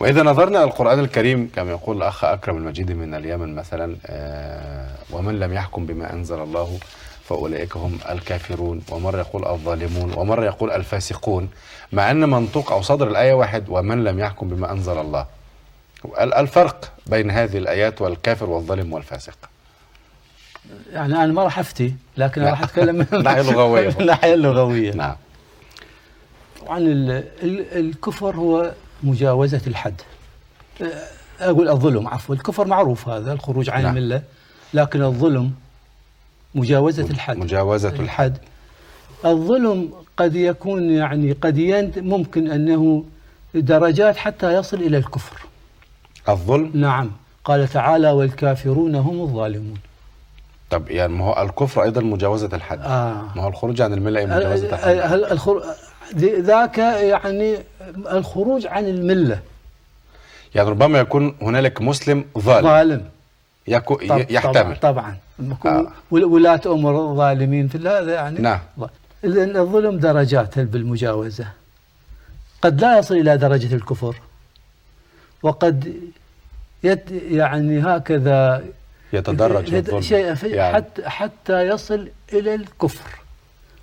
وإذا نظرنا إلى القرآن الكريم كما يقول الأخ أكرم المجيدي من اليمن مثلا آه، ومن لم يحكم بما أنزل الله فأولئك هم الكافرون ومرة يقول الظالمون ومرة يقول الفاسقون مع أن منطوق أو صدر الآية واحد ومن لم يحكم بما أنزل الله ال- الفرق بين هذه الآيات والكافر والظالم والفاسق يعني انا ما راح افتي لكن لا. راح اتكلم من الناحية اللغوية. من الناحيه اللغويه نعم طبعا ال- ال- الكفر هو مجاوزه الحد أه، اقول الظلم عفوا الكفر معروف هذا الخروج عن نعم. المله لكن الظلم مجاوزه الحد مجاوزة الحد الحد الظلم قد يكون يعني قد يند ممكن أنه درجات حتى يصل إلى الكفر الظلم نعم قال تعالى والكافرون هم الظالمون طب يعني ما هو الكفر أيضا مجاوزة الحد آه. ما هو الخروج عن الملة مجاوزة هل الحد هل الخر... ذ- ذاك يعني الخروج عن الملة يعني ربما يكون هنالك مسلم ظالم ظالم يكو طب- طيب. يحتمل طبعا, طبعاً. آه. ول- ولاة أمور ظالمين في الله هذا يعني نعم. ظ- إذن الظلم درجات بالمجاوزة قد لا يصل إلى درجة الكفر وقد يت يعني هكذا يتدرج يت- الظلم شيء في- يعني حتى, حتى يصل إلى الكفر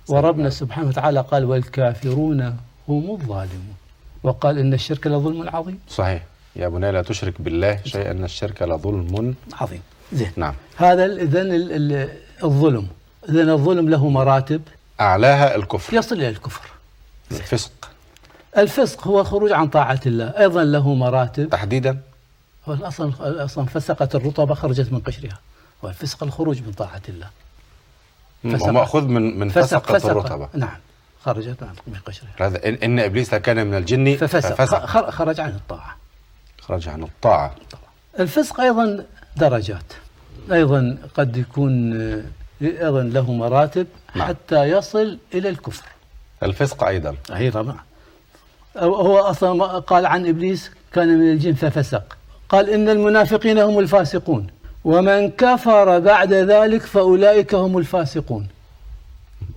وربنا سبحانه وتعالى قال والكافرون هم الظالمون وقال إن الشرك لظلم عظيم صحيح يا بني لا تشرك بالله شيئا ان الشرك لظلم عظيم زين نعم هذا اذا الظلم اذا الظلم له مراتب اعلاها الكفر يصل الى الكفر الفسق الفسق هو الخروج عن طاعه الله ايضا له مراتب تحديدا هو اصلا اصلا فسقت الرطبه خرجت من قشرها والفسق الخروج من طاعه الله فسق. هو ماخوذ من من فسقت الرطبه نعم خرجت عن- من قشرها هذا إن, ان ابليس كان من الجن ففسق, ففسق خ- خرج عن الطاعه خرج عن الطاعه الفسق ايضا درجات ايضا قد يكون آه، ايضا له مراتب نعم. حتى يصل الى الكفر الفسق ايضا اي طبعا هو اصلا ما قال عن ابليس كان من الجن ففسق قال ان المنافقين هم الفاسقون ومن كفر بعد ذلك فاولئك هم الفاسقون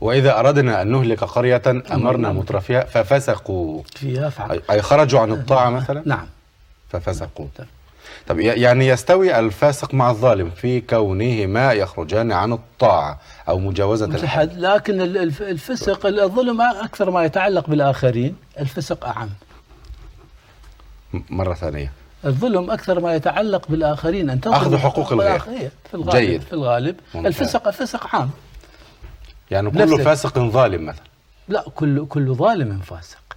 واذا اردنا ان نهلك قريه امرنا مترفيها ففسقوا فيها فعل أي- اي خرجوا عن الطاعه مثلا نعم ففسقوا طب ي- يعني يستوي الفاسق مع الظالم في كونهما يخرجان عن الطاعه او مجاوزه الحد متحد لكن ال- الف- الفسق ال- الظلم اكثر ما يتعلق بالاخرين الفسق اعم م- مره ثانيه الظلم اكثر ما يتعلق بالاخرين ان تظلم أخذ حقوق الغير. بالآخرين. في الغالب جيد. في الغالب ممتاز. الفسق الفسق عام يعني نفسك. كل فاسق ظالم مثلا لا كل كل ظالم فاسق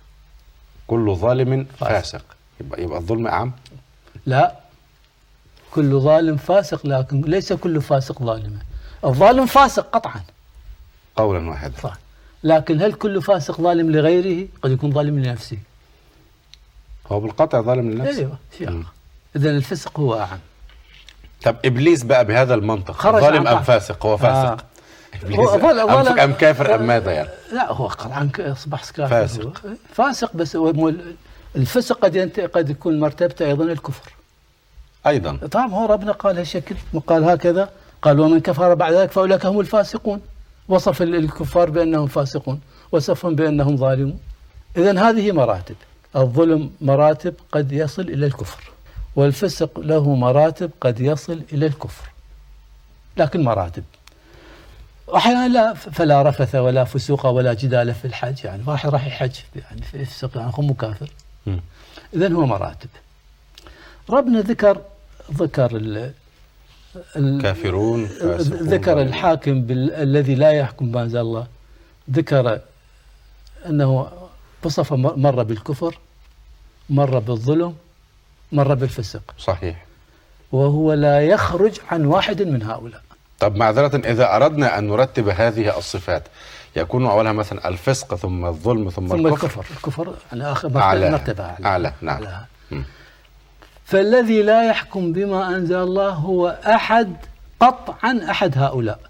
كل ظالم فاسق. فاسق يبقى يبقى الظلم عام لا كل ظالم فاسق لكن ليس كل فاسق ظالما الظالم فاسق قطعا قولا واحدا قطعاً. لكن هل كل فاسق ظالم لغيره قد يكون ظالم لنفسه هو بالقطع ظالم لنفسه ايوه مم. شيء اذا الفسق هو اعم طب ابليس بقى بهذا المنطق خرج عن ظالم ام طاعة. فاسق هو فاسق إبليس هو ظل- أم- ظل- ام كافر ام ماذا يعني لا هو قطعا ك- اصبح كافر فاسق. هو. فاسق بس هو مول- الفسق قد ينت... قد يكون مرتبته ايضا الكفر ايضا طبعا هو ربنا قال هالشكل قال هكذا قال ومن كفر بعد ذلك فاولئك هم الفاسقون وصف ال- الكفار بانهم فاسقون وصفهم بانهم ظالمون اذا هذه مراتب الظلم مراتب قد يصل الى الكفر والفسق له مراتب قد يصل الى الكفر لكن مراتب واحيانا لا ف- فلا رفث ولا فسوق ولا جدال في الحج يعني واحد راح يحج يعني في- يفسق يعني هو كافر مم. اذا هو مراتب ربنا ذكر ذكر ال ال- كافرون فاسقون ذكر ظالمون. الحاكم بال- الذي لا يحكم ما انزل الله ذكر انه وصف مر- مره بالكفر مره بالظلم مره بالفسق صحيح وهو لا يخرج عن واحد من هؤلاء طب معذرة إذا أردنا أن نرتب هذه الصفات يكون أولها مثلا الفسق ثم الظلم ثم, ثم الكفر, الكفر الكفر يعني على اخر أعلى مرتبه أعلى. أعلى نعم أعلاها. مم. فالذي لا يحكم بما انزل الله هو احد قطعا احد هؤلاء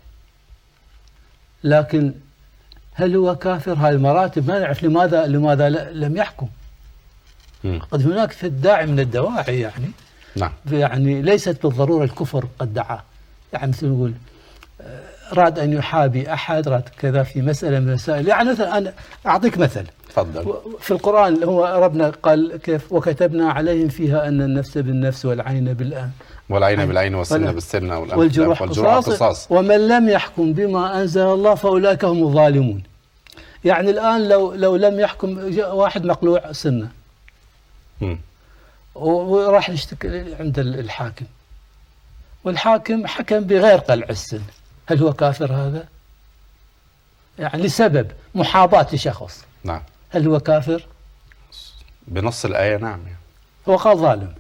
لكن هل هو كافر هاي المراتب ما نعرف لماذا لماذا ل- لم يحكم مم. قد هناك في الداعي من الدواعي يعني نعم يعني ليست بالضروره الكفر قد دعاه يعني مثل ما نقول آه، راد ان يحابي احد راد كذا في مساله من المسائل يعني مثلا انا اعطيك مثل تفضل في القرآن هو ربنا قال كيف وكتبنا عليهم فيها أن النفس بالنفس والعين بالعين والعين بالعين والسن ولا- بالسن والأنف نعم، نعم. والجروح قصاص ومن لم يحكم بما أنزل الله فأولئك هم الظالمون يعني الآن لو لو لم يحكم جاء واحد مقلوع سنة مم. و- وراح يشتكي عند ال- الحاكم والحاكم حكم بغير قلع السن هل هو كافر هذا؟ يعني لسبب محاباة لشخص نعم هل هو كافر؟ بنص الآية نعم يعني. هو قال ظالم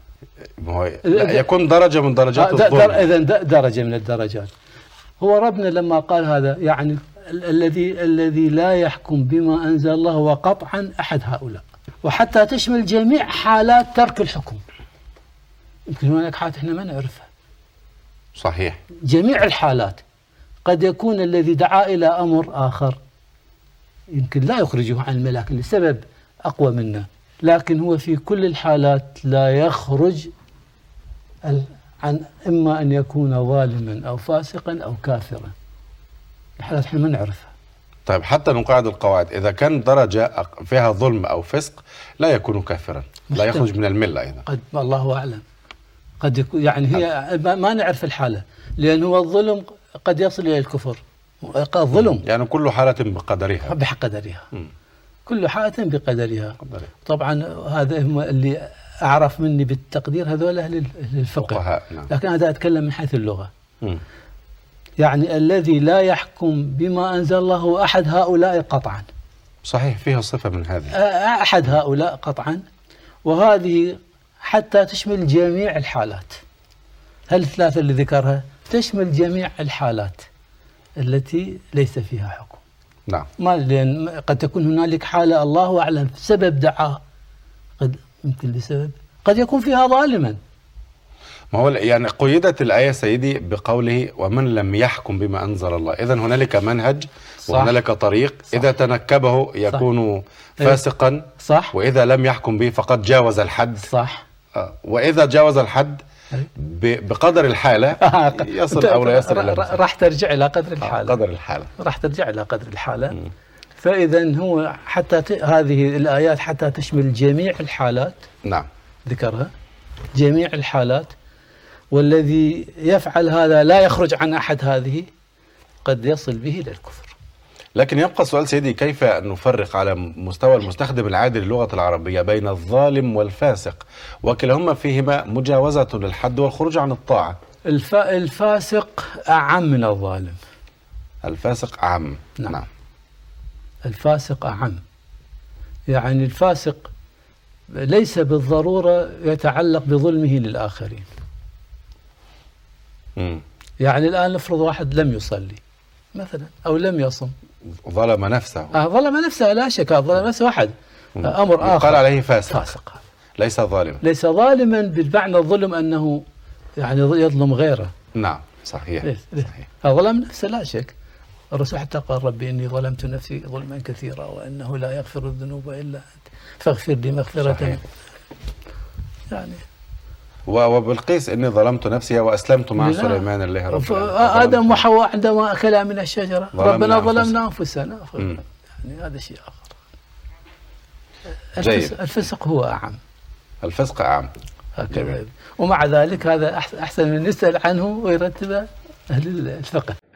ما هو لا يكون درجة من آه، درجات الظلم اذا درجه من الدرجات هو ربنا لما قال هذا يعني ال- الذي الذي لا يحكم بما انزل الله هو قطعا احد هؤلاء وحتى تشمل جميع حالات ترك الحكم يمكن هناك حالات احنا ما نعرفها صحيح جميع الحالات قد يكون الذي دعا الى امر اخر يمكن لا يخرجه عن الملاك لسبب اقوى منه لكن هو في كل الحالات لا يخرج ال- عن اما ان يكون ظالما او فاسقا او كافرا الحالات احنا ما نعرفها طيب حتى نقاعد القواعد إذا كان درجة أق- فيها ظلم أو فسق لا يكون كافرا لا محتمل. يخرج من الملة أيضا قد الله اعلم قد يكون يعني هي ما- ما نعرف الحاله لان هو الظلم قد يصل الى الكفر الظلم يعني كل حالة بقدرها بقدرها مم. كل حالة بقدرها بقدرها. طبعا هذا هم اللي أعرف مني بالتقدير هذول أهل ال- أهل الفقه فقهاء نعم لكن هذا أتكلم من حيث اللغة مم. يعني الذي لا يحكم بما أنزل الله هو أحد هؤلاء قطعا صحيح فيها صفة من هذه أ- أحد هؤلاء قطعا وهذه حتى تشمل جميع الحالات هل الثلاثة اللي ذكرها تشمل جميع الحالات التي ليس فيها حكم نعم ما لان قد تكون هنالك حاله الله اعلم سبب دعاه قد يمكن لسبب قد يكون فيها ظالما ما هو يعني قيدت الآية سيدي بقوله ومن لم يحكم بما أنزل الله إذا هنالك منهج صح. وهنالك طريق صح. إذا تنكبه يكون فاسقا صح وإذا لم يحكم به فقد جاوز الحد صح آه، وإذا جاوز الحد أي. ب- بقدر الحالة يصل أو لا يصل إلى را- را- المسألة. راح ترجع الى قدر آه، الحاله قدر الحالة راح ترجع الى قدر الحاله مم. فاذا هو حتى ت... هذه الايات حتى تشمل جميع الحالات نعم ذكرها جميع الحالات والذي يفعل هذا لا يخرج عن احد هذه قد يصل به الى الكفر لكن يبقى السؤال سيدي كيف نفرق على مستوى المستخدم العادي للغة العربية بين الظالم والفاسق وكلاهما فيهما مجاوزة للحد والخروج عن الطاعة الف... الفاسق اعم من الظالم الفاسق عام نعم. الفاسق أعم يعني الفاسق ليس بالضرورة يتعلق بظلمه للآخرين مم. يعني الآن نفرض واحد لم يصلي مثلا أو لم يصم ظلم نفسه آه ظلم نفسه لا شك آه، ظلم نفسه واحد آه أمر نعم. قال آخر عليه فاسق, فاسق ليس ظالم ليس ظالما بالمعنى الظلم أنه يعني يظلم غيره نعم صحيح ليس- ليس. صحيح آه، ظلم نفسه لا شك الرسول حتى قال ربي إني ظلمت نفسي ظلما كثيرا وأنه لا يغفر الذنوب إلا أنت فاغفر لي مغفرة صحيح. يعني و- وبالقيس اني ظلمت نفسي واسلمت مع لا. سليمان الله رب ف- العالمين. آدم وحواء عندما أكلا من الشجرة ظلمنا ربنا أنفسنا. ظلمنا أنفسنا ف- مم. يعني هذا شيء آخر جيد. الفسق, الفسق هو أعم الفسق عام هكذا جميل. ومع ذلك هذا أحس- أحسن من نسأل عنه ويرتبه أهل الفقه